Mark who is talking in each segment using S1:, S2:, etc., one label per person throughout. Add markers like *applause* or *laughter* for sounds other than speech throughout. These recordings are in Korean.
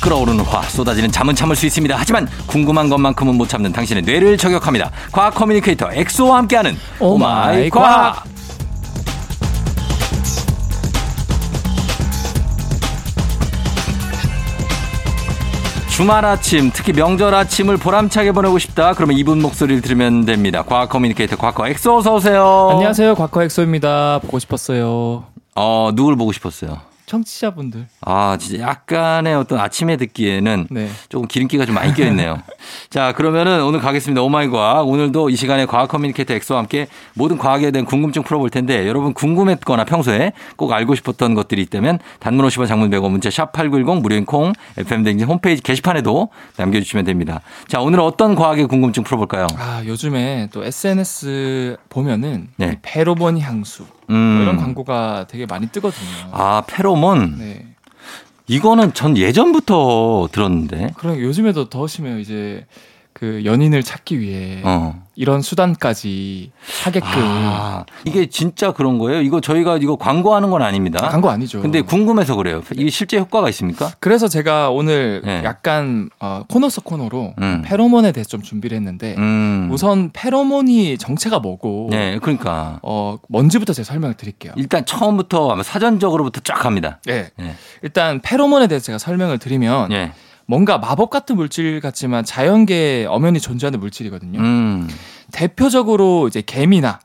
S1: 끓어오르는 화 쏟아지는 잠은 참을 수 있습니다. 하지만 궁금한 것만큼은 못 참는 당신의 뇌를 저격합니다. 과학 커뮤니케이터 엑소와 함께하는 오마이 과학. 주말 아침, 특히 명절 아침을 보람차게 보내고 싶다. 그러면 이분 목소리를 들으면 됩니다. 과학 커뮤니케이터 과커 엑소 어서 오세요.
S2: 안녕하세요, 과커엑소입니다. 보고 싶었어요.
S1: 어, 누굴 보고 싶었어요?
S2: 청취자분들.
S1: 아, 진짜 약간의 어떤 아침에 듣기에는
S2: 네.
S1: 조금 기름기가 좀 많이
S2: *laughs*
S1: 껴있네요. 자, 그러면은 오늘 가겠습니다. 오마이 과학. 오늘도 이 시간에 과학 커뮤니케이터 엑소와 함께 모든 과학에 대한 궁금증 풀어볼 텐데 여러분 궁금했거나 평소에 꼭 알고 싶었던 것들이 있다면 단문 50원 장문 100원 문자 샵8910 무료인 콩 FM댕진 홈페이지 게시판에도 남겨주시면 됩니다. 자, 오늘 어떤 과학의 궁금증 풀어볼까요?
S2: 아, 요즘에 또 SNS 보면은
S1: 네.
S2: 이 페로몬 향수 뭐
S1: 음.
S2: 이런 광고가 되게 많이 뜨거든요.
S1: 아, 페로몬.
S2: 네.
S1: 이거는 전 예전부터 들었는데.
S2: 그럼 그러니까 요즘에도 더 심해요. 이제 그 연인을 찾기 위해
S1: 어.
S2: 이런 수단까지 하게끔
S1: 아, 이게 진짜 그런 거예요? 이거 저희가 이거 광고하는 건 아닙니다.
S2: 광고 아니죠.
S1: 근데 궁금해서 그래요. 이게 실제 효과가 있습니까?
S2: 그래서 제가 오늘
S1: 네.
S2: 약간 어, 코너 속 코너로
S1: 음.
S2: 페로몬에 대해서 좀 준비를 했는데
S1: 음.
S2: 우선 페로몬이 정체가 뭐고
S1: 네, 그러니까
S2: 어, 뭔지부터 제가 설명을 드릴게요.
S1: 일단 처음부터 아마 사전적으로부터 쫙 갑니다.
S2: 예.
S1: 예.
S2: 일단 페로몬에 대해서 제가 설명을 드리면
S1: 예.
S2: 뭔가 마법 같은 물질 같지만 자연계에 엄연히 존재하는 물질이거든요.
S1: 음.
S2: 대표적으로 이제 개미나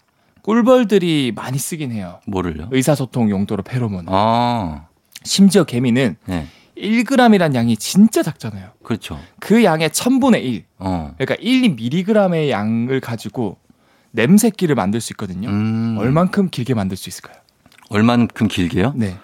S2: 꿀벌들이 많이 쓰긴 해요.
S1: 뭐를요?
S2: 의사소통 용도로 페로몬.
S1: 아.
S2: 심지어 개미는
S1: 네.
S2: 1g이란 양이 진짜 작잖아요.
S1: 그렇죠.
S2: 그 양의 1000분의 1.
S1: 어.
S2: 그러니까 1mg의 양을 가지고 냄새끼를 만들 수 있거든요.
S1: 음. 어?
S2: 얼만큼 길게 만들 수 있을까요?
S1: 얼만큼 길게요?
S2: 네.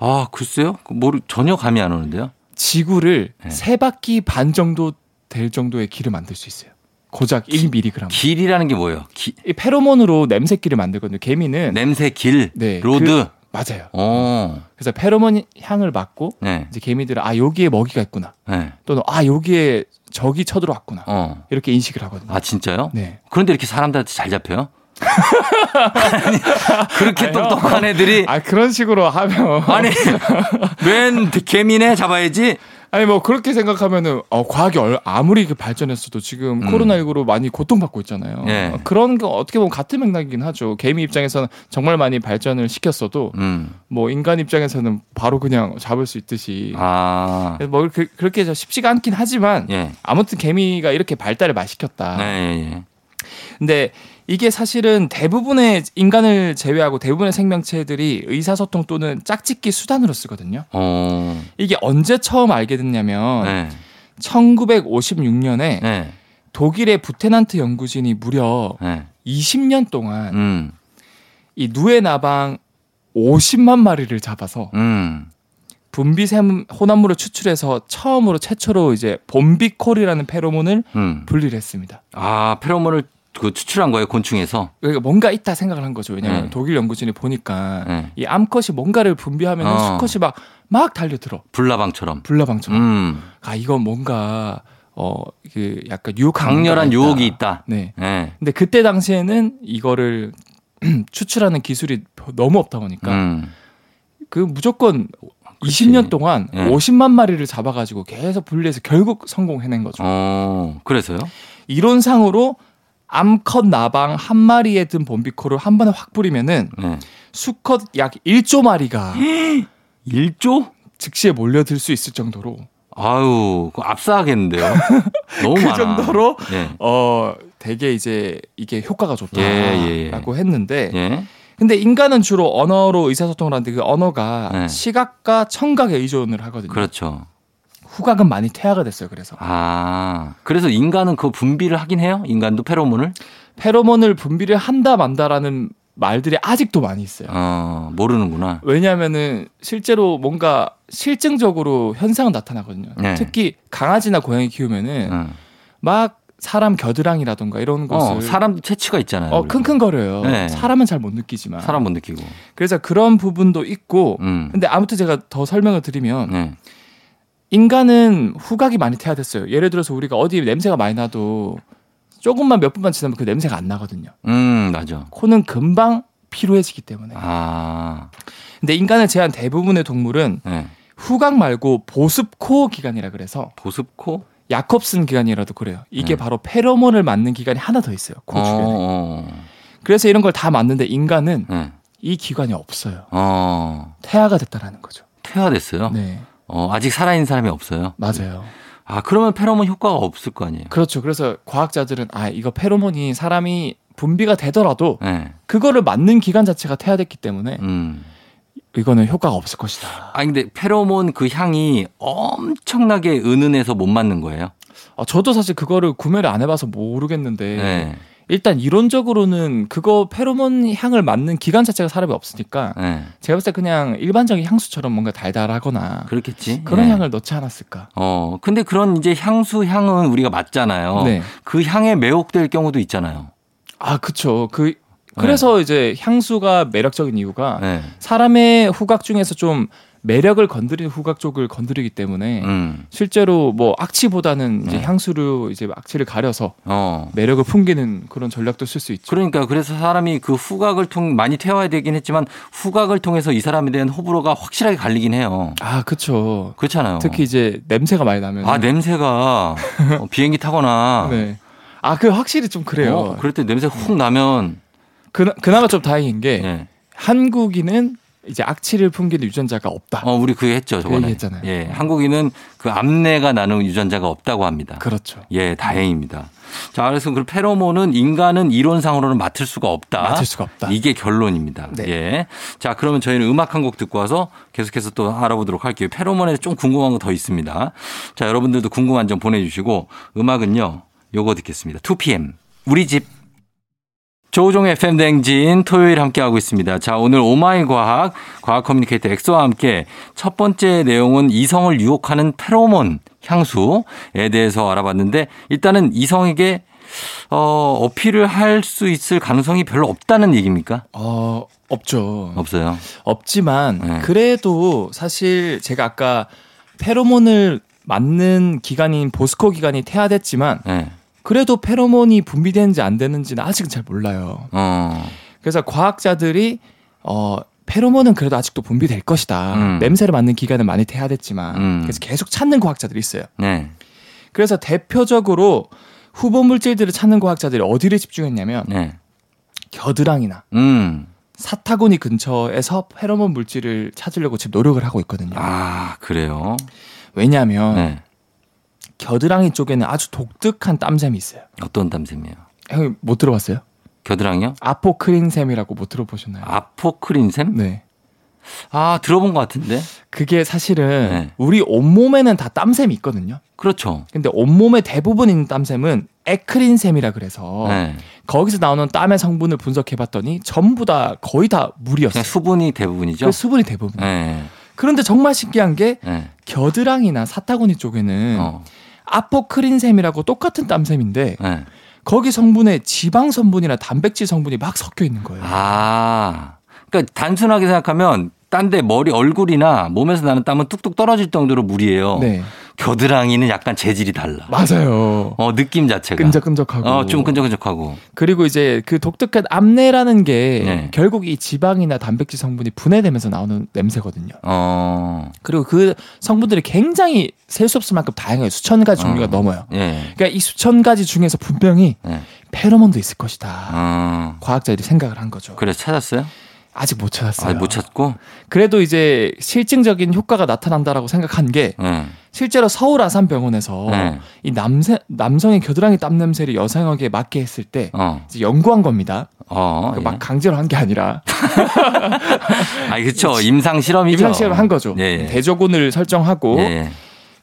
S1: 아, 글쎄요. 그 모르 전혀 감이 안 오는데요.
S2: 지구를
S1: 네.
S2: 세 바퀴 반 정도 될 정도의 길을 만들 수 있어요. 고작 1mg.
S1: 길이라는 게 뭐예요? 기-
S2: 이 페로몬으로 냄새끼를 만들거든요. 개미는
S1: 냄새 길.
S2: 네,
S1: 로드.
S2: 그- 맞아요.
S1: 어.
S2: 그래서 페로몬 향을 맡고
S1: 네.
S2: 이제 개미들은 아 여기에 먹이가 있구나
S1: 네.
S2: 또는 아 여기에 적이 쳐들어왔구나
S1: 어.
S2: 이렇게 인식을 하거든요.
S1: 아, 진짜요?
S2: 네.
S1: 그런데 이렇게 사람들한테 잘 잡혀요? 아니, 그렇게
S2: 아니요.
S1: 똑똑한 애들이
S2: 아 그런 식으로 하면 *laughs*
S1: 아니 웬 개미네 잡아야지
S2: 아니 뭐 그렇게 생각하면은 어, 과학이 얼- 아무리 그 발전했어도 지금
S1: 음.
S2: 코로나 19로 많이 고통받고 있잖아요.
S1: 예.
S2: 어, 그런 거 어떻게 보면 같은 맥락이긴 하죠. 개미 입장에서는 정말 많이 발전을 시켰어도
S1: 음.
S2: 뭐 인간 입장에서는 바로 그냥 잡을 수 있듯이
S1: 아.
S2: 그래서 뭐 그, 그렇게 해서 쉽지가 않긴 하지만
S1: 예.
S2: 아무튼 개미가 이렇게 발달을 많이 시켰다.
S1: 네, 예, 예.
S2: 근데 이게 사실은 대부분의 인간을 제외하고 대부분의 생명체들이 의사소통 또는 짝짓기 수단으로 쓰거든요.
S1: 어.
S2: 이게 언제 처음 알게 됐냐면
S1: 네.
S2: 1956년에
S1: 네.
S2: 독일의 부테난트 연구진이 무려
S1: 네.
S2: 20년 동안
S1: 음.
S2: 이 누에 나방 50만 마리를 잡아서
S1: 음.
S2: 분비샘 혼합물을 추출해서 처음으로 최초로 이제 봄비콜이라는 페로몬을
S1: 음.
S2: 분리를 했습니다.
S1: 아, 페로몬을 그 추출한 거예요, 곤충에서.
S2: 그러니까 뭔가 있다 생각을 한 거죠. 왜냐하면
S1: 네.
S2: 독일 연구진이 보니까
S1: 네.
S2: 이 암컷이 뭔가를 분비하면
S1: 어.
S2: 수컷이 막, 막 달려들어.
S1: 불나방처럼.
S2: 불나방처럼.
S1: 음.
S2: 아, 이건 뭔가, 어, 그 약간 유혹한.
S1: 강렬한
S2: 뭔가가
S1: 유혹이 있다.
S2: 네.
S1: 예.
S2: 근데 그때 당시에는 이거를 *clears throat* 추출하는 기술이 너무 없다 보니까
S1: 음.
S2: 그 무조건
S1: 그치.
S2: 20년 동안
S1: 예.
S2: 50만 마리를 잡아가지고 계속 분리해서 결국 성공해낸 거죠.
S1: 어. 그래서요?
S2: 이론상으로 암컷 나방 한 마리에 든 범비코를 한 번에 확 뿌리면은
S1: 네.
S2: 수컷 약
S1: *gasps*
S2: 1조 마리가
S1: 1조?
S2: 즉시에 몰려들 수 있을 정도로
S1: 아유, 그거
S2: *laughs*
S1: 압사하겠는데요. 너무
S2: 그
S1: 많아.
S2: 정도로
S1: 예.
S2: 어 되게 이제 이게 효과가 좋다라고
S1: 예, 예, 예.
S2: 했는데
S1: 예.
S2: 근데 인간은 주로 언어로 의사소통을 하는데 그 언어가
S1: 네.
S2: 시각과 청각에 의존을 하거든요.
S1: 그렇죠.
S2: 후각은 많이 퇴화가 됐어요. 그래서
S1: 아, 그래서 인간은 그 분비를 하긴 해요? 인간도 페로몬을?
S2: 페로몬을 분비를 한다 만다라는 말들이 아직도 많이 있어요.
S1: 어, 모르는구나.
S2: 왜냐하면은 실제로 뭔가 실증적으로 현상은 나타나거든요.
S1: 네.
S2: 특히 강아지나 고양이 키우면은
S1: 응.
S2: 막 사람 겨드랑이라던가 이런 것을
S1: 어, 사람도 채취가 있잖아요.
S2: 어,
S1: 우리가.
S2: 킁킁거려요.
S1: 네.
S2: 사람은 잘 못 느끼지만
S1: 사람 못 느끼고.
S2: 그래서 그런 부분도 있고
S1: 음.
S2: 근데 아무튼 제가 더 설명을 드리면
S1: 네.
S2: 인간은 후각이 많이 퇴화됐어요. 예를 들어서 우리가 어디 냄새가 많이 나도 조금만 몇 분만 지나면 그 냄새가 안 나거든요.
S1: 음, 맞아.
S2: 코는 금방 피로해지기 때문에.
S1: 아,
S2: 근데 인간을 제한 대부분의 동물은
S1: 네.
S2: 후각 말고 보습코 기관이라 그래서
S1: 보습코?
S2: 야콥슨 기관이라도 그래요.
S1: 음.
S2: 이게 바로 페로몬을 맞는 기관이 하나 더 네. 있어요. 코 주변에.
S1: 어,
S2: 그래서 이런 걸 다 맞는데 인간은
S1: 어. 네.
S2: 이 기관이 없어요.
S1: 어,
S2: 태아가 됐다라는 거죠.
S1: 퇴화됐어요.
S2: 네,
S1: 어, 아직 살아있는 사람이 없어요.
S2: 맞아요.
S1: 아, 그러면 페로몬 효과가 없을 거 아니에요.
S2: 그렇죠. 그래서 과학자들은 아 이거 페로몬이 사람이 분비가 되더라도
S1: 네.
S2: 그거를 맞는 기관 자체가 태아됐기 때문에
S1: 음.
S2: 이거는 효과가 없을 것이다.
S1: 아, 근데 페로몬 그 향이 엄청나게 은은해서 못 맞는 거예요.
S2: 아, 저도 사실 그거를 구매를 안 해봐서 모르겠는데
S1: 네.
S2: 일단 이론적으로는 그거 페로몬 향을 맡는 기관 자체가 사람이 없으니까
S1: 네.
S2: 제가 봤을 때 그냥 일반적인 향수처럼 뭔가 달달하거나
S1: 그렇겠지.
S2: 그런
S1: 네.
S2: 향을 넣지 않았을까.
S1: 어, 근데 그런 이제 향수 향은 우리가 맞잖아요.
S2: 네.
S1: 그 향에 매혹될 경우도 있잖아요.
S2: 아 그쵸. 그 그래서 이제 향수가 매력적인 이유가
S1: 네.
S2: 사람의 후각 중에서 좀 매력을 건드리는 후각 쪽을 건드리기 때문에
S1: 음.
S2: 실제로 뭐 악취보다는 이제
S1: 네.
S2: 향수로 이제 악취를 가려서
S1: 어.
S2: 매력을 풍기는 그런 전략도 쓸 수 있죠.
S1: 그러니까 그래서 사람이 그 후각을 통 많이 태워야 되긴 했지만 후각을 통해서 이 사람에 대한 호불호가 확실하게 갈리긴 해요.
S2: 아 그쵸.
S1: 그렇잖아요.
S2: 특히 이제 냄새가 많이 나면
S1: 어. 아 냄새가 어, 비행기 타거나
S2: *laughs* 네. 아, 그 확실히 좀 그래요.
S1: 어, 그럴 때 냄새 훅 나면
S2: 그나, 그나마 좀 다행인 게
S1: 예.
S2: 한국인은 이제 악취를 풍기는 유전자가 없다.
S1: 어 우리 그거 했죠 저번에
S2: 아. 얘기했잖아요. 네.
S1: 예 한국인은 그 암내가 나는 유전자가 없다고 합니다.
S2: 그렇죠.
S1: 예 다행입니다. 자 그래서 그 페로몬은 인간은 이론상으로는 맡을 수가 없다.
S2: 맞을 수가 없다.
S1: 이게 결론입니다.
S2: 네.
S1: 예. 자, 그러면 저희는 음악 한 곡 듣고 와서 계속해서 또 알아보도록 할게요. 페로몬에 좀 궁금한 거 더 있습니다. 자, 여러분들도 궁금한 점 보내주시고 음악은요, 요거 듣겠습니다. 2PM. 우리 집. 조우종의 FM댕진 토요일 함께하고 있습니다. 자, 오늘 오마이 과학, 과학 커뮤니케이터 엑소와 함께 첫 번째 내용은 이성을 유혹하는 페로몬 향수에 대해서 알아봤는데 일단은 이성에게 어, 어필을 할 수 있을 가능성이 별로 없다는 얘기입니까?
S2: 어, 없죠.
S1: 없어요.
S2: 없지만
S1: 네.
S2: 그래도 사실 제가 아까 페로몬을 맞는 기간인 보스코 기간이 태아됐지만
S1: 네.
S2: 그래도 페로몬이 분비되는지 안 되는지는 아직은 잘 몰라요.
S1: 어.
S2: 그래서 과학자들이 어 페로몬은 그래도 아직도 분비될 것이다.
S1: 음.
S2: 냄새를 맡는 기간은 많이 태아됐지만
S1: 음.
S2: 그래서 계속 찾는 과학자들이 있어요.
S1: 네.
S2: 그래서 대표적으로 후보 물질들을 찾는 과학자들이 어디를 집중했냐면
S1: 네.
S2: 겨드랑이나
S1: 음.
S2: 사타구니 근처에서 페로몬 물질을 찾으려고 지금 노력을 하고 있거든요.
S1: 아, 그래요.
S2: 왜냐하면
S1: 네.
S2: 겨드랑이 쪽에는 아주 독특한 땀샘이 있어요.
S1: 어떤 땀샘이에요?
S2: 형님 못 들어봤어요?
S1: 겨드랑이요?
S2: 아포크린샘이라고 못 들어보셨나요?
S1: 아포크린샘?
S2: 네.
S1: 아, 들어본 것 같은데.
S2: 그게 사실은
S1: 네.
S2: 우리 온몸에는 다 땀샘이 있거든요.
S1: 그렇죠.
S2: 근데 온몸의 대부분 있는 땀샘은 에크린샘이라 그래서
S1: 네.
S2: 거기서 나오는 땀의 성분을 분석해 봤더니 전부 다 거의 다 물이었어요.
S1: 그냥 수분이 대부분이죠.
S2: 그 수분이 대부분.
S1: 네.
S2: 그런데 정말 신기한 게
S1: 네.
S2: 겨드랑이나 사타구니 쪽에는
S1: 어.
S2: 아포크린샘이라고 똑같은 땀샘인데
S1: 네.
S2: 거기 성분에 지방 성분이나 단백질 성분이 막 섞여 있는 거예요.
S1: 아. 그러니까 단순하게 생각하면 딴 데 머리 얼굴이나 몸에서 나는 땀은 뚝뚝 떨어질 정도로 물이에요.
S2: 네,
S1: 겨드랑이는 약간 재질이 달라.
S2: 맞아요.
S1: 어, 느낌 자체가.
S2: 끈적끈적하고.
S1: 어, 좀 끈적끈적하고.
S2: 그리고 이제 그 독특한 암내라는 게
S1: 네.
S2: 결국 이 지방이나 단백질 성분이 분해되면서 나오는 냄새거든요.
S1: 어,
S2: 그리고 그 성분들이 굉장히 셀 수 없을 만큼 다양해요. 수천 가지 종류가
S1: 어.
S2: 넘어요.
S1: 예.
S2: 그러니까 이 수천 가지 중에서 분명히
S1: 네.
S2: 페로몬도 있을 것이다.
S1: 어,
S2: 과학자들이 생각을 한 거죠.
S1: 그래서 찾았어요?
S2: 아직 못 찾았어요.
S1: 아, 못 찾고?
S2: 그래도 이제 실증적인 효과가 나타난다라고 생각한 게
S1: 네.
S2: 실제로 서울 아산병원에서
S1: 네.
S2: 이 남세, 남성의 겨드랑이 땀 냄새를 여성에게 맡게 했을 때
S1: 어,
S2: 이제 연구한 겁니다.
S1: 어.
S2: 그러니까
S1: 예.
S2: 막 강제로 한 게 아니라
S1: 아니, 그쵸. 임상 실험이죠.
S2: 임상 실험을 한 거죠. 네,
S1: 예, 예.
S2: 대조군을 설정하고
S1: 예, 예.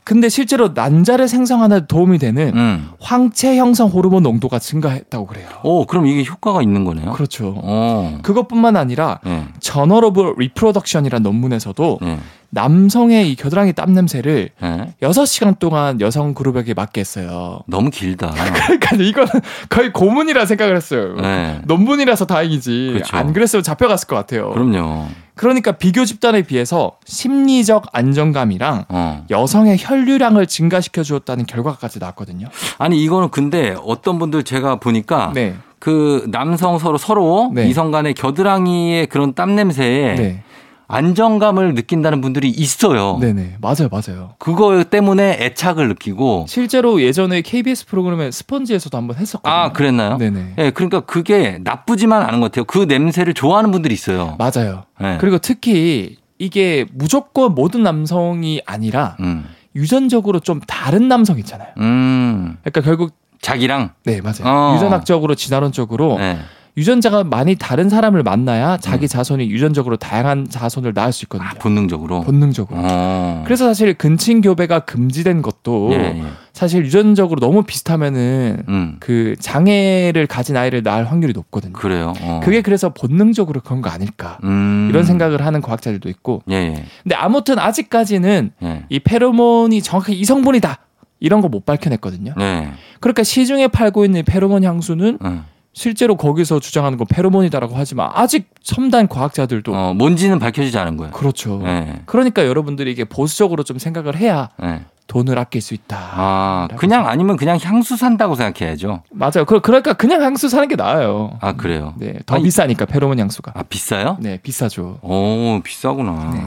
S1: 근데,
S2: 근데 실제로 난자를 생성하는 데 도움이 되는
S1: 음.
S2: 황체 형성 호르몬 농도가 증가했다고 그래요.
S1: 오, 그럼 이게 효과가 있는 거네요?
S2: 그렇죠.
S1: 어.
S2: 그것뿐만 아니라
S1: 예.
S2: 저널 오브 리프로덕션이라는 논문에서도
S1: 예.
S2: 남성의 이 겨드랑이 땀 냄새를
S1: 예.
S2: 6시간 동안 여성 그룹에게 맡게 했어요.
S1: 너무
S2: *laughs*
S1: 길다.
S2: 그러니까 이거는 거의 고문이라 생각을 했어요.
S1: 예.
S2: 논문이라서 다행이지.
S1: 그렇죠.
S2: 안 그랬으면 잡혀갔을 것 같아요.
S1: 그럼요.
S2: 그러니까 비교 집단에 비해서 심리적 안정감이랑
S1: 어.
S2: 여성의 혈류량을 증가시켜 주었다는 결과까지 나왔거든요.
S1: 아니, 이거는 근데 어떤 분들 제가 보니까
S2: 네.
S1: 그 남성 서로 서로
S2: 네.
S1: 이성 간의 겨드랑이의 그런 땀 냄새에
S2: 네.
S1: 안정감을 느낀다는 분들이 있어요.
S2: 네네 맞아요 맞아요.
S1: 그거 때문에 애착을 느끼고
S2: 실제로 예전에 KBS 프로그램에 스펀지에서도 한번 했었거든요.
S1: 아 그랬나요? 네.
S2: 네네
S1: 그러니까 그게 나쁘지만 않은 것 같아요. 그 냄새를 좋아하는 분들이 있어요.
S2: 맞아요.
S1: 예.
S2: 그리고 특히 이게 무조건 모든 남성이 아니라
S1: 음.
S2: 유전적으로 좀 다른 남성 있잖아요.
S1: 음.
S2: 그러니까 결국
S1: 자기랑
S2: 네 맞아요.
S1: 어.
S2: 유전학적으로 진화론적으로
S1: 네. 음.
S2: 유전자가 많이 다른 사람을 만나야 자기 자손이 유전적으로 다양한 자손을 낳을 수 있거든요.
S1: 아, 본능적으로.
S2: 본능적으로.
S1: 어.
S2: 그래서 사실 근친 교배가 금지된 것도
S1: 예, 예.
S2: 사실 유전적으로 너무 비슷하면은
S1: 음.
S2: 그 장애를 가진 아이를 낳을 확률이 높거든요.
S1: 그래요. 어.
S2: 그게 그래서 본능적으로 그런 거 아닐까
S1: 음.
S2: 이런 생각을 하는 과학자들도 있고.
S1: 예, 예.
S2: 근데 아무튼 아직까지는
S1: 예.
S2: 이 페로몬이 정확히 이성분이다 이런 거 못 밝혀냈거든요.
S1: 네.
S2: 그러니까 시중에 팔고 있는 이 페로몬 향수는
S1: 음.
S2: 실제로 거기서 주장하는 건 페로몬이다라고 하지만 아직 첨단 과학자들도
S1: 어, 뭔지는 밝혀지지 않은 거예요.
S2: 그렇죠.
S1: 예.
S2: 그러니까 여러분들이 이게 보수적으로 좀 생각을 해야
S1: 예.
S2: 돈을 아낄 수 있다.
S1: 아, 그냥 아니면 그냥 향수 산다고 생각해야죠.
S2: 맞아요. 그- 그러니까 그냥 향수 사는 게 나아요.
S1: 아, 그래요.
S2: 네, 더
S1: 아니-
S2: 비싸니까 페로몬 향수가.
S1: 아, 비싸요?
S2: 네, 비싸죠.
S1: 오, 어, 비싸구나.
S2: 네.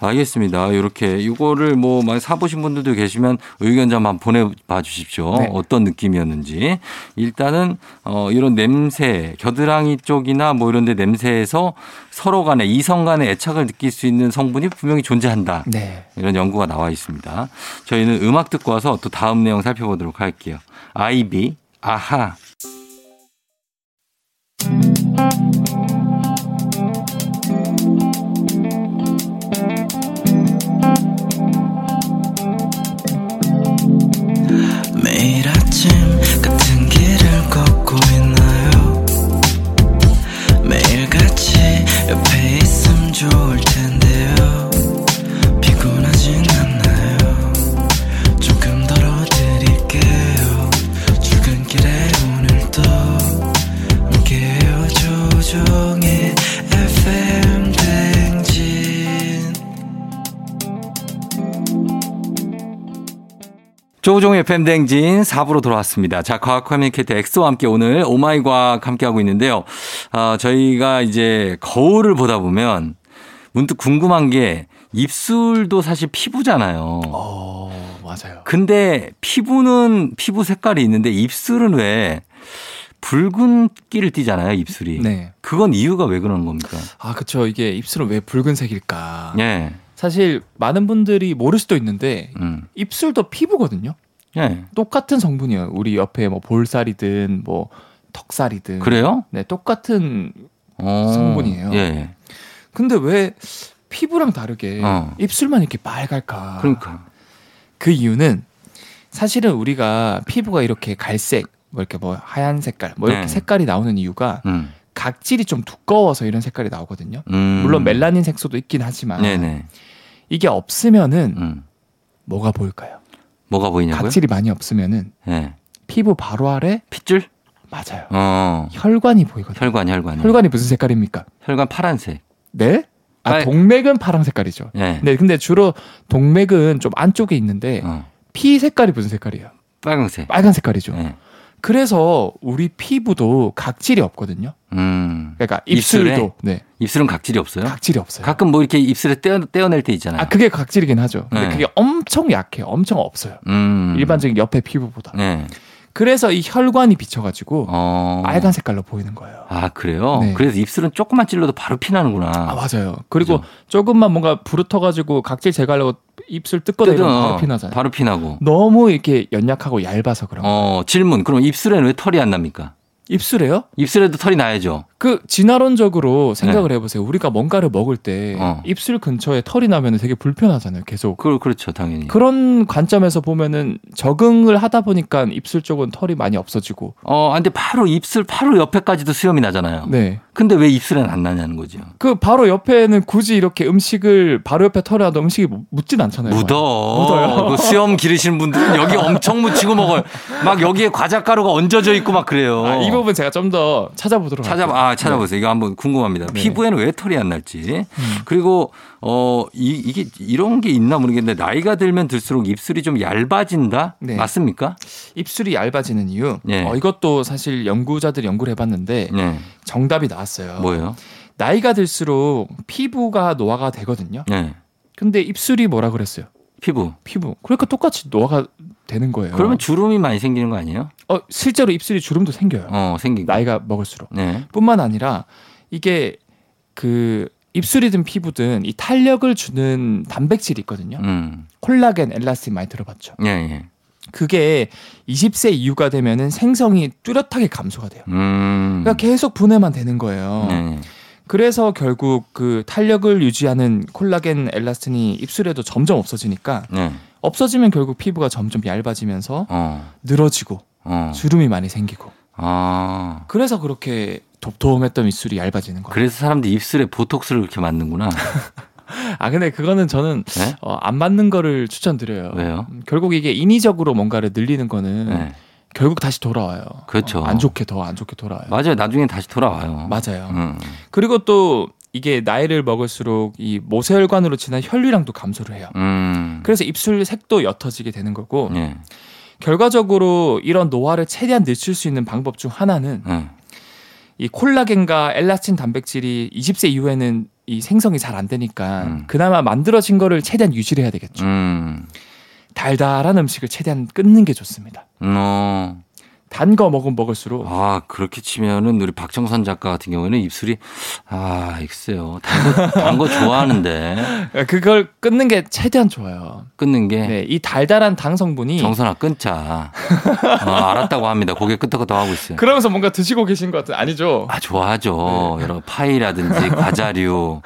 S1: 알겠습니다. 이렇게 이거를 뭐 많이 사보신 분들도 계시면 의견 좀 한번 보내봐 주십시오.
S2: 네.
S1: 어떤 느낌이었는지. 일단은 어, 이런 냄새, 겨드랑이 쪽이나 뭐 이런 데 냄새에서 서로 간에 이성 간에 애착을 느낄 수 있는 성분이 분명히 존재한다.
S2: 네.
S1: 이런 연구가 나와 있습니다. 저희는 음악 듣고 와서 또 다음 내용 살펴보도록 할게요. 아이비, 아하.
S3: 매일 아침 같은 길을 걷고 있나요 매일 같이 옆에 있음 좋을 텐데요 피곤하진 않나요 조금 덜어드릴게요 출근길에 오늘도 함께해요 조종의 FM 댕진
S1: 조우종의 FM 댕진 4부로 돌아왔습니다. 자, 과학 커뮤니케이터 엑소와 함께 오늘 오마이 과학 함께하고 있는데요. 아, 저희가 이제 거울을 보다 보면 문득 궁금한 게 입술도 사실 피부잖아요.
S2: 어, 맞아요.
S1: 근데 피부는 피부 색깔이 있는데 입술은 왜 붉은기를 띠잖아요, 입술이.
S2: 네.
S1: 그건 이유가 왜 그런 겁니까?
S2: 아, 그쵸. 이게 입술은 왜 붉은색일까?
S1: 예.
S2: 사실 많은 분들이 모를 수도 있는데
S1: 음.
S2: 입술도 피부거든요.
S1: 예.
S2: 똑같은 성분이에요. 우리 옆에 뭐 볼살이든 뭐 턱살이든
S1: 그래요?
S2: 네, 똑같은.
S1: 어.
S2: 성분이에요.
S1: 예, 예.
S2: 근데 왜 피부랑 다르게
S1: 어.
S2: 입술만 이렇게 빨갈까?
S1: 그러니까.
S2: 그 이유는 사실은 우리가 피부가 이렇게 갈색, 뭐 이렇게 뭐 하얀 색깔, 뭐 이렇게
S1: 네.
S2: 색깔이 나오는 이유가
S1: 음.
S2: 각질이 좀 두꺼워서 이런 색깔이 나오거든요.
S1: 음.
S2: 물론 멜라닌 색소도 있긴 하지만
S1: 네네.
S2: 이게 없으면은
S1: 음.
S2: 뭐가 보일까요?
S1: 뭐가 보이냐고요?
S2: 각질이 많이 없으면은
S1: 예.
S2: 피부 바로 아래
S1: 핏줄?
S2: 맞아요.
S1: 어.
S2: 혈관이 보이거든요.
S1: 혈관, 혈관.
S2: 혈관이 무슨 색깔입니까?
S1: 혈관 파란색.
S2: 네? 아
S1: 빨-
S2: 동맥은 파랑 색깔이죠.
S1: 예.
S2: 네, 근데 주로 동맥은 좀 안쪽에 있는데
S1: 어.
S2: 피 색깔이 무슨 색깔이에요?
S1: 빨강색.
S2: 빨간 색깔이죠.
S1: 예.
S2: 그래서 우리 피부도 각질이 없거든요.
S1: 음.
S2: 그러니까
S1: 입술에?
S2: 입술도 네,
S1: 입술은 각질이 없어요?
S2: 각질이 없어요.
S1: 가끔 뭐 이렇게 입술에 떼어, 떼어낼 때 있잖아요.
S2: 아 그게 각질이긴 하죠. 근데
S1: 네.
S2: 그게 엄청 약해요. 엄청 없어요.
S1: 음.
S2: 일반적인 옆에 피부보다.
S1: 예.
S2: 그래서 이 혈관이 비쳐가지고
S1: 어.
S2: 빨간 색깔로 보이는 거예요.
S1: 아, 그래요?
S2: 네.
S1: 그래서 입술은 조금만 찔러도 바로 피나는구나.
S2: 아 맞아요. 그리고
S1: 그죠.
S2: 조금만 뭔가 부르터가지고 각질 제거하려고 입술 뜯거나 이러면 바로
S1: 어,
S2: 피나잖아요. 네.
S1: 바로 피나고.
S2: 너무 이렇게 연약하고 얇아서 그런 거.
S1: 어, 질문. 그럼 입술에는 왜 털이 안 납니까?
S2: 입술에요?
S1: 입술에도 털이 나야죠.
S2: 그 진화론적으로 생각을 해보세요. 우리가 뭔가를 먹을 때
S1: 네. 어.
S2: 입술 근처에 털이 나면 되게 불편하잖아요. 계속.
S1: 그, 그렇죠, 당연히.
S2: 그런 관점에서 보면은 적응을 하다 보니까 입술 쪽은 털이 많이 없어지고
S1: 어, 아, 근데 바로 입술 바로 옆에까지도 수염이 나잖아요.
S2: 네.
S1: 근데 왜 입술엔 안 나냐는 거죠.
S2: 그 바로 옆에는 굳이 이렇게 음식을 바로 옆에 털이 나도 음식이 묻- 묻진 않잖아요.
S1: 묻어.
S2: 네. 묻어요.
S1: 그 수염 기르시는 분들은 여기 엄청 묻히고 먹어요. 막 여기에 과자 가루가 얹어져 있고 막 그래요.
S2: 아, 이 부분 제가 좀 더 찾아보도록
S1: 찾아
S2: 할게요.
S1: 아, 찾아보세요. 이거 한번 궁금합니다.
S2: 네.
S1: 피부에는 왜 털이 안 날지.
S2: 음.
S1: 그리고 어, 이, 이게 이런 게 있나 모르겠는데 나이가 들면 들수록 입술이 좀 얇아진다?
S2: 네.
S1: 맞습니까?
S2: 입술이 얇아지는 이유.
S1: 예.
S2: 어, 이것도 사실 연구자들이 연구를 해봤는데
S1: 네.
S2: 정답이 나왔어요.
S1: 뭐예요?
S2: 나이가 들수록 피부가 노화가 되거든요.
S1: 네.
S2: 근데 입술이 뭐라 그랬어요?
S1: 피부.
S2: 피부. 그러니까 똑같이 노화가 되는 거예요.
S1: 그러면 주름이 많이 생기는 거 아니에요?
S2: 어, 실제로 입술이 주름도 생겨요.
S1: 어, 생긴 거.
S2: 나이가 먹을수록.
S1: 네.
S2: 뿐만 아니라 이게 그 입술이든 피부든 이 탄력을 주는 단백질이 있거든요.
S1: 음.
S2: 콜라겐, 엘라스틴 많이 들어봤죠.
S1: 예, 예.
S2: 그게 20세 이후가 되면은 생성이 뚜렷하게 감소가 돼요.
S1: 음.
S2: 그러니까 계속 분해만 되는 거예요.
S1: 네.
S2: 그래서 결국 그 탄력을 유지하는 콜라겐, 엘라스틴이 입술에도 점점 없어지니까
S1: 네.
S2: 없어지면 결국 피부가 점점 얇아지면서
S1: 어.
S2: 늘어지고
S1: 어.
S2: 주름이 많이 생기고
S1: 아.
S2: 그래서 그렇게 도톰했던 입술이 얇아지는 거예요.
S1: 그래서 사람들이 입술에 보톡스를 그렇게
S2: *laughs*
S1: 맞는구나.
S2: 아 근데 그거는 저는
S1: 네?
S2: 어, 안 맞는 거를 추천드려요.
S1: 왜요?
S2: 음, 결국 이게 인위적으로 뭔가를 늘리는 거는
S1: 네.
S2: 결국 다시 돌아와요.
S1: 그렇죠.
S2: 어, 안 좋게 더 안 좋게 돌아와요.
S1: 맞아요. 나중에 다시 돌아와요.
S2: 맞아요.
S1: 음.
S2: 그리고 또 이게 나이를 먹을수록 이 모세혈관으로 지난 혈류량도 감소를 해요.
S1: 음.
S2: 그래서 입술 색도 옅어지게 되는 거고
S1: 예.
S2: 결과적으로 이런 노화를 최대한 늦출 수 있는 방법 중 하나는
S1: 예.
S2: 이 콜라겐과 엘라스틴 단백질이 20세 이후에는 이 생성이 잘 안 되니까
S1: 음.
S2: 그나마 만들어진 거를 최대한 유지를 해야 되겠죠.
S1: 음.
S2: 달달한 음식을 최대한 끊는 게 좋습니다.
S1: 어.
S2: 단 거 먹으면 먹을수록
S1: 아, 그렇게 치면은 우리 박정선 작가 같은 경우에는 입술이 아, 글쎄요. 단 거, 단 거
S2: *laughs*
S1: 좋아하는데
S2: 예, 그걸 끊는 게 최대한 좋아요.
S1: 끊는 게
S2: 네, 이 달달한 당 성분이
S1: 정선아 끊자. 어, 알았다고 합니다. 고개 끄덕끄덕 하고 있어요.
S2: 그러면서 뭔가 드시고 계신 것 같은 아니죠?
S1: 아, 좋아하죠.
S2: 네.
S1: 여러 파이라든지
S2: *laughs*
S1: 과자류.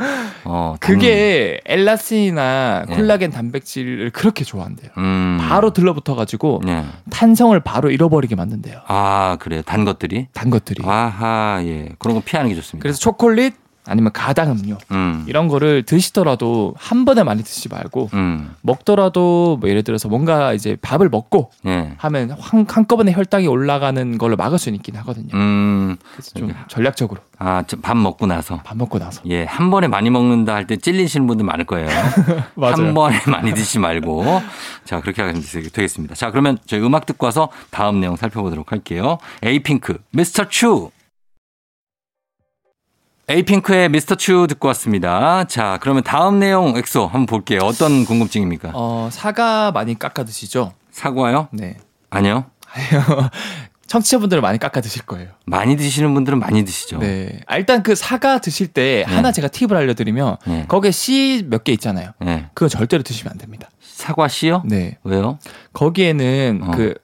S1: 어, 당-
S2: 그게 엘라스틴이나
S1: 네.
S2: 콜라겐 단백질을 그렇게 좋아한대요.
S1: 음.
S2: 바로 들러붙어 가지고
S1: 예.
S2: 탄성을 바로 잃어버리게 만든대요.
S1: 아, 그래요. 단 것들이.
S2: 단 것들이.
S1: 아하, 예. 그런 거 피하는 게 좋습니다.
S2: 네. 그래서 초콜릿 아니면 가당 음료
S1: 음.
S2: 이런 거를 드시더라도 한 번에 많이 드시지 말고
S1: 음.
S2: 먹더라도 뭐 예를 들어서 뭔가 이제 밥을 먹고
S1: 예.
S2: 하면 한, 한꺼번에 혈당이 올라가는 걸로 막을 수는 있긴 하거든요.
S1: 음.
S2: 그래서 좀 전략적으로
S1: 아, 저밥 먹고 나서.
S2: 밥
S1: *laughs*
S2: 먹고 나서
S1: 예, 한 번에 많이 먹는다 할 때 찔리시는 분들 많을
S2: *laughs*
S1: 거예요. 한 번에 많이 드시지 말고. *laughs* 자, 그렇게 하면 되겠습니다. 자, 그러면 저희 음악 듣고 와서 다음 내용 살펴보도록 할게요. 에이핑크, 미스터 츄! 에이핑크의 미스터 츄 듣고 왔습니다. 자, 그러면 다음 내용 엑소 한번 볼게요. 어떤 궁금증입니까?
S2: 어, 사과 많이 깎아 드시죠?
S1: 사과요?
S2: 네.
S1: 아니요.
S2: 청취자분들은 많이 깎아 드실 거예요.
S1: 많이 드시는 분들은 많이 드시죠.
S2: 네. 아, 일단 그 사과 드실 때 하나 제가 팁을 알려드리면
S1: 네.
S2: 거기에 씨 몇 개 있잖아요.
S1: 네.
S2: 그거 절대로 드시면 안 됩니다.
S1: 사과 씨요?
S2: 네.
S1: 왜요?
S2: 거기에는
S1: 어.
S2: 그,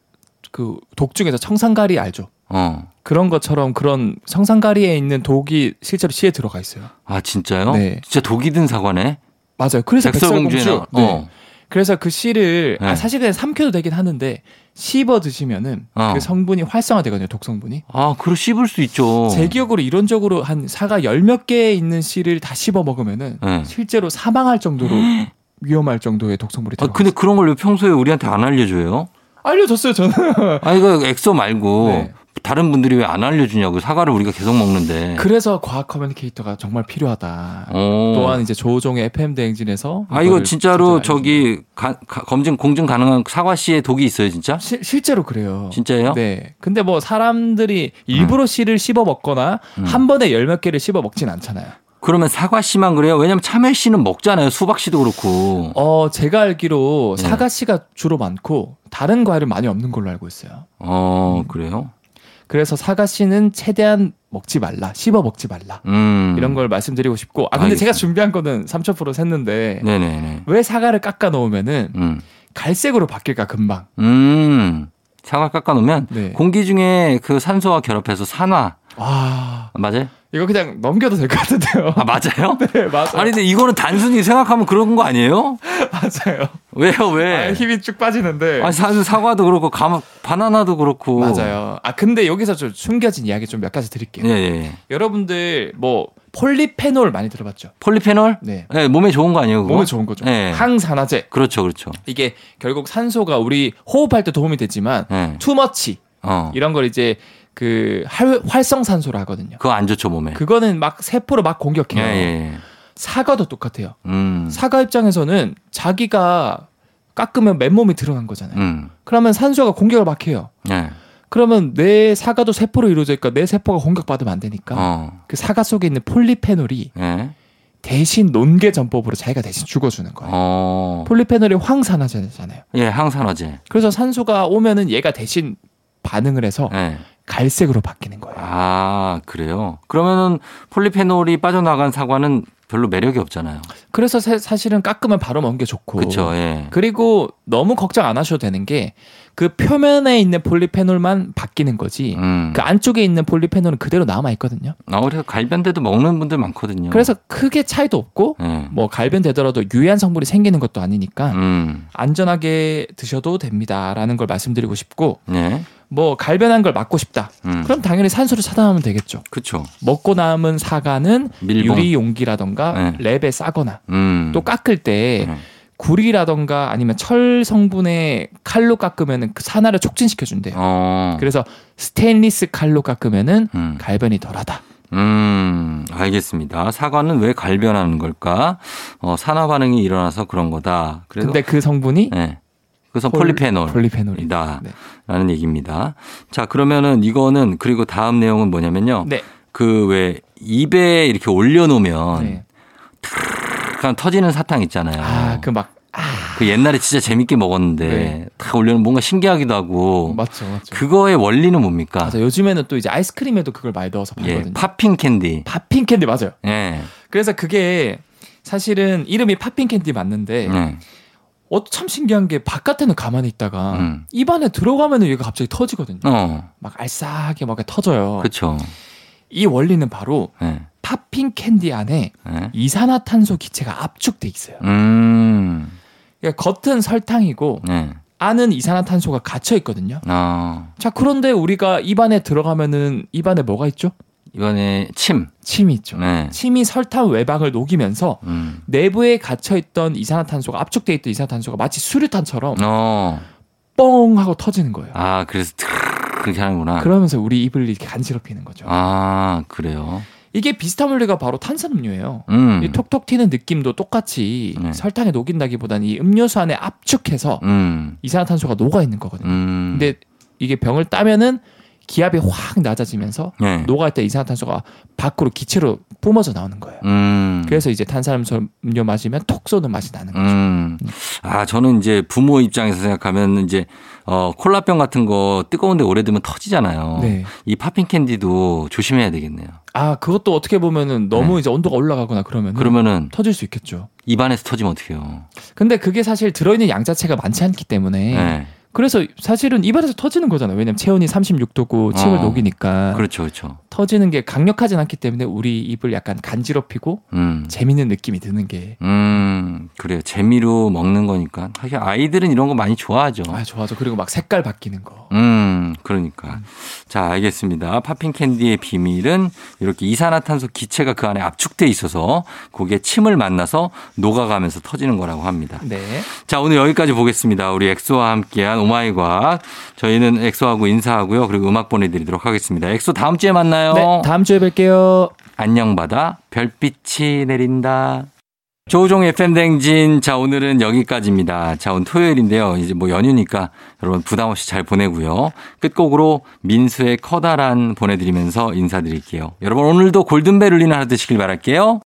S2: 그 독 중에서 청산가리 알죠?
S1: 어.
S2: 그런 것처럼 그런 청산가리에 있는 독이 실제로 씨에 들어가 있어요.
S1: 아, 진짜요?
S2: 네.
S1: 진짜 독이 든 사과네?
S2: 맞아요. 그래서
S1: 백설공주에
S2: 백설공주.
S1: 나와.
S2: 네.
S1: 어.
S2: 그래서 그 씨를
S1: 네.
S2: 아, 사실 그냥 삼켜도 되긴 하는데 씹어 드시면은
S1: 어.
S2: 그 성분이 활성화되거든요. 독 성분이.
S1: 아, 그걸 씹을 수 있죠.
S2: 제 기억으로 이론적으로 한 사과 열 몇 개 있는 씨를 다 씹어 먹으면은
S1: 예.
S2: 실제로
S1: *gasps*
S2: 사망할 정도로 위험할 정도의 독성물이
S1: 아,
S2: 들어가
S1: 근데 그런 걸 왜 평소에 우리한테 안 알려줘요?
S2: 알려줬어요 저는
S1: 아, 이거 엑소 말고
S2: 네.
S1: 다른 분들이 왜 안 알려주냐고 사과를 우리가 계속 먹는데.
S2: 그래서 과학 커뮤니케이터가 정말 필요하다
S1: 네. 어.
S2: 또한 이제 조종의 FM 대행진에서
S1: 아, 이거
S2: 이거를
S1: 진짜로
S2: 진짜 알려준
S1: 저기 가- 가- 검증, 공증 가능한 사과 씨의 독이 있어요, 진짜?
S2: 거예요. 실- 실제로 그래요
S1: 진짜예요?
S2: 네 근데 뭐 사람들이 일부러 씨를 씹어 먹거나
S1: 음.
S2: 한 번에 열 몇 개를 씹어 먹진 않잖아요
S1: 그러면 사과 씨만 그래요? 왜냐면 참외 씨는 먹잖아요. 수박 씨도 그렇고.
S2: 어 제가 알기로
S1: 네.
S2: 사과 씨가 주로 많고 다른 과일은 많이 없는 걸로 알고 있어요
S1: 어, 그래요?
S2: 그래서 사과 씨는 최대한 먹지 말라 씹어 먹지 말라
S1: 음.
S2: 이런 걸 말씀드리고 싶고 아 근데 제가
S1: 알겠습니다.
S2: 준비한 거는 3000% 샜는데
S1: 네네네.
S2: 왜 사과를 깎아 놓으면은
S1: 음.
S2: 갈색으로 바뀔까 금방.
S1: 음. 사과 깎아 놓으면
S2: 네.
S1: 공기 중에 그 산소와 결합해서 산화.
S2: 와
S1: 맞아요?
S2: 이거 그냥 넘겨도 될 것 같은데요.
S1: 아, 맞아요?
S2: *laughs* 네 맞아요.
S1: 아니 근데 이거는 단순히 생각하면 그런 거 아니에요?
S2: 맞아요.
S1: 왜요 왜?
S2: 아, 힘이 쭉 빠지는데.
S1: 아니 사실 사과도 그렇고 감 바나나도 그렇고
S2: 맞아요. 아 근데 여기서 좀 숨겨진 이야기 좀 몇 가지 드릴게요.
S1: 예, 예. 예.
S2: 여러분들 뭐 폴리페놀 많이 들어봤죠?
S1: 폴리페놀?
S2: 네.
S1: 예, 몸에 좋은 거 아니에요? 그거?
S2: 몸에 좋은 거죠.
S1: 네.
S2: 항산화제.
S1: 그렇죠, 그렇죠.
S2: 이게 결국 산소가 우리 호흡할 때 도움이 되지만
S1: 예.
S2: 투머치
S1: 어.
S2: 이런 걸 이제 그 활- 활성산소라 하거든요.
S1: 그거 안 좋죠 몸에.
S2: 그거는 막 세포를 막
S1: 예,
S2: 공격해요.
S1: 예. 예.
S2: 사과도 똑같아요.
S1: 음.
S2: 사과 입장에서는 자기가 깎으면 맨몸이 드러난 거잖아요.
S1: 음.
S2: 그러면 산소가 공격을 막 해요.
S1: 예.
S2: 그러면 내 사과도 세포로 이루어져 있고 내 세포가 공격받으면 안 되니까
S1: 어.
S2: 그 사과 속에 있는 폴리페놀이
S1: 예.
S2: 대신 논개 전법으로 자기가 대신 죽어주는 거예요.
S1: 어.
S2: 폴리페놀이 황산화제잖아요.
S1: 예, 항산화제.
S2: 그래서 산소가 오면은 얘가 대신 반응을 해서
S1: 예.
S2: 갈색으로 바뀌는 거예요.
S1: 아, 그래요? 그러면은 폴리페놀이 빠져나간 사과는 별로 매력이 없잖아요.
S2: 그래서 사, 실은 깎으면 바로 먹는 게 좋고.
S1: 그쵸, 예.
S2: 그리고 너무 걱정 안 하셔도 되는 게 그 표면에 있는 폴리페놀만 바뀌는 거지.
S1: 음.
S2: 그 안쪽에 있는 폴리페놀은 그대로 남아 있거든요.
S1: 아, 그래서 갈변대도 먹는 분들 많거든요.
S2: 그래서 크게 차이도 없고
S1: 예.
S2: 뭐 갈변되더라도 유해한 성분이 생기는 것도 아니니까
S1: 음.
S2: 안전하게 드셔도 됩니다라는 걸 말씀드리고 싶고
S1: 예.
S2: 뭐 갈변한 걸 막고 싶다.
S1: 음.
S2: 그럼 당연히 산소를 차단하면 되겠죠.
S1: 그쵸.
S2: 먹고 남은 사과는
S1: 밀봉.
S2: 유리 용기라던가
S1: 네.
S2: 랩에 싸거나
S1: 음.
S2: 또 깎을 때
S1: 네.
S2: 구리라던가 아니면 철 성분의 칼로 깎으면 그 산화를 촉진시켜 준대요.
S1: 어.
S2: 그래서 스테인리스 칼로 깎으면은
S1: 음.
S2: 갈변이 덜하다.
S1: 음, 알겠습니다. 사과는 왜 갈변하는 걸까? 어, 산화 반응이 일어나서 그런 거다. 그래서
S2: 근데 그 성분이
S1: 예. 그래서
S2: 폴-
S1: 폴리페놀.
S2: 폴리페놀이다. 네.
S1: 라는 얘기입니다. 자, 그러면은 이거는 그리고 다음 내용은 뭐냐면요.
S2: 네.
S1: 그 왜 입에 이렇게 올려 놓으면
S2: 네.
S1: 약간 터지는 사탕 있잖아요.
S2: 아, 그 막
S1: 그 옛날에 진짜 재밌게 먹었는데
S2: 네.
S1: 탁 올려놓으면 뭔가 신기하기도 하고
S2: 맞죠, 맞죠.
S1: 그거의 원리는 뭡니까?
S2: 맞아. 요즘에는 또 이제 아이스크림에도 그걸 많이 넣어서
S1: 예,
S2: 팔거든요.
S1: 팝핑 캔디.
S2: 팝핑 캔디 맞아요.
S1: 예.
S2: 그래서 그게 사실은 이름이 팝핑 캔디 맞는데
S1: 예.
S2: 어, 참 신기한 게 바깥에는 가만히 있다가
S1: 음.
S2: 입안에 들어가면은 얘가 갑자기 터지거든요.
S1: 어,
S2: 막 알싸하게 막 터져요.
S1: 그쵸.
S2: 이 원리는 바로
S1: 예.
S2: 팝핑 캔디 안에
S1: 예.
S2: 이산화탄소 기체가 압축돼 있어요.
S1: 음,
S2: 그러니까 겉은 설탕이고
S1: 예.
S2: 안은 이산화탄소가 갇혀 있거든요.
S1: 어,
S2: 자 그런데 우리가 입안에 들어가면은 입안에 뭐가 있죠?
S1: 이번에 침.
S2: 침이 있죠.
S1: 네.
S2: 침이 설탕 외방을 녹이면서
S1: 음.
S2: 내부에 갇혀 있던 이산화탄소가 압축돼 있던 이산화탄소가 마치 수류탄처럼
S1: 어,
S2: 뻥 하고 터지는 거예요.
S1: 아, 그래서 트르르 그렇게 하는구나.
S2: 그러면서 우리 입을 이렇게 간지럽히는 거죠.
S1: 아, 그래요.
S2: 이게 비슷한 원리가 바로 탄산음료예요.
S1: 음.
S2: 이 톡톡 튀는 느낌도 똑같이
S1: 네.
S2: 설탕에 녹인다기보다는 이 음료수 안에 압축해서
S1: 음.
S2: 이산화탄소가 녹아 있는 거거든요.
S1: 음.
S2: 근데 이게 병을 따면은 기압이 확 낮아지면서
S1: 예.
S2: 녹아 있던 이산화탄소가 밖으로 기체로 뿜어져 나오는 거예요.
S1: 음.
S2: 그래서 이제 탄산음료 마시면 톡 쏘는 맛이 나는 거예요.
S1: 음. 아, 저는 이제 부모 입장에서 생각하면 이제 어, 콜라병 같은 거 뜨거운데 오래 두면 터지잖아요.
S2: 네.
S1: 이 팝핑 캔디도 조심해야 되겠네요.
S2: 아 그것도 어떻게 보면은 너무 이제 온도가 올라가거나 그러면
S1: 네. 그러면은
S2: 터질 수 있겠죠.
S1: 입안에서 터지면 어떡해요?
S2: 근데 그게 사실 들어있는 양 자체가 많지 않기 때문에
S1: 네.
S2: 그래서 사실은 입안에서 터지는 거잖아요. 왜냐면 체온이 36도고 침을
S1: 어,
S2: 녹이니까
S1: 그렇죠, 그렇죠.
S2: 터지는 게 강력하진 않기 때문에 우리 입을 약간 간지럽히고
S1: 음.
S2: 재밌는 느낌이 드는 게
S1: 음, 그래요. 재미로 먹는 거니까. 사실 아이들은 이런 거 많이 좋아하죠.
S2: 아, 좋아서 그리고 막 색깔 바뀌는 거.
S1: 음, 그러니까. 자, 알겠습니다. 팝핑 캔디의 비밀은 이렇게 이산화탄소 기체가 그 안에 압축돼 있어서 거기에 침을 만나서 녹아가면서 터지는 거라고 합니다.
S2: 네.
S1: 자, 오늘 여기까지 보겠습니다. 우리 엑소와 함께한 오마이 과학. 저희는 엑소하고 인사하고요. 그리고 음악 보내드리도록 하겠습니다. 엑소 다음 주에 만나요.
S2: 네, 다음 주에 뵐게요.
S1: 안녕 바다 별빛이 내린다. 조우종 FM 댕진. 자, 오늘은 여기까지입니다. 자, 오늘 토요일인데요. 이제 뭐 연휴니까 여러분 부담 없이 잘 보내고요. 끝곡으로 민수의 커다란 보내드리면서 인사드릴게요. 여러분 오늘도 골든벨 울리는 하루 되시길 바랄게요.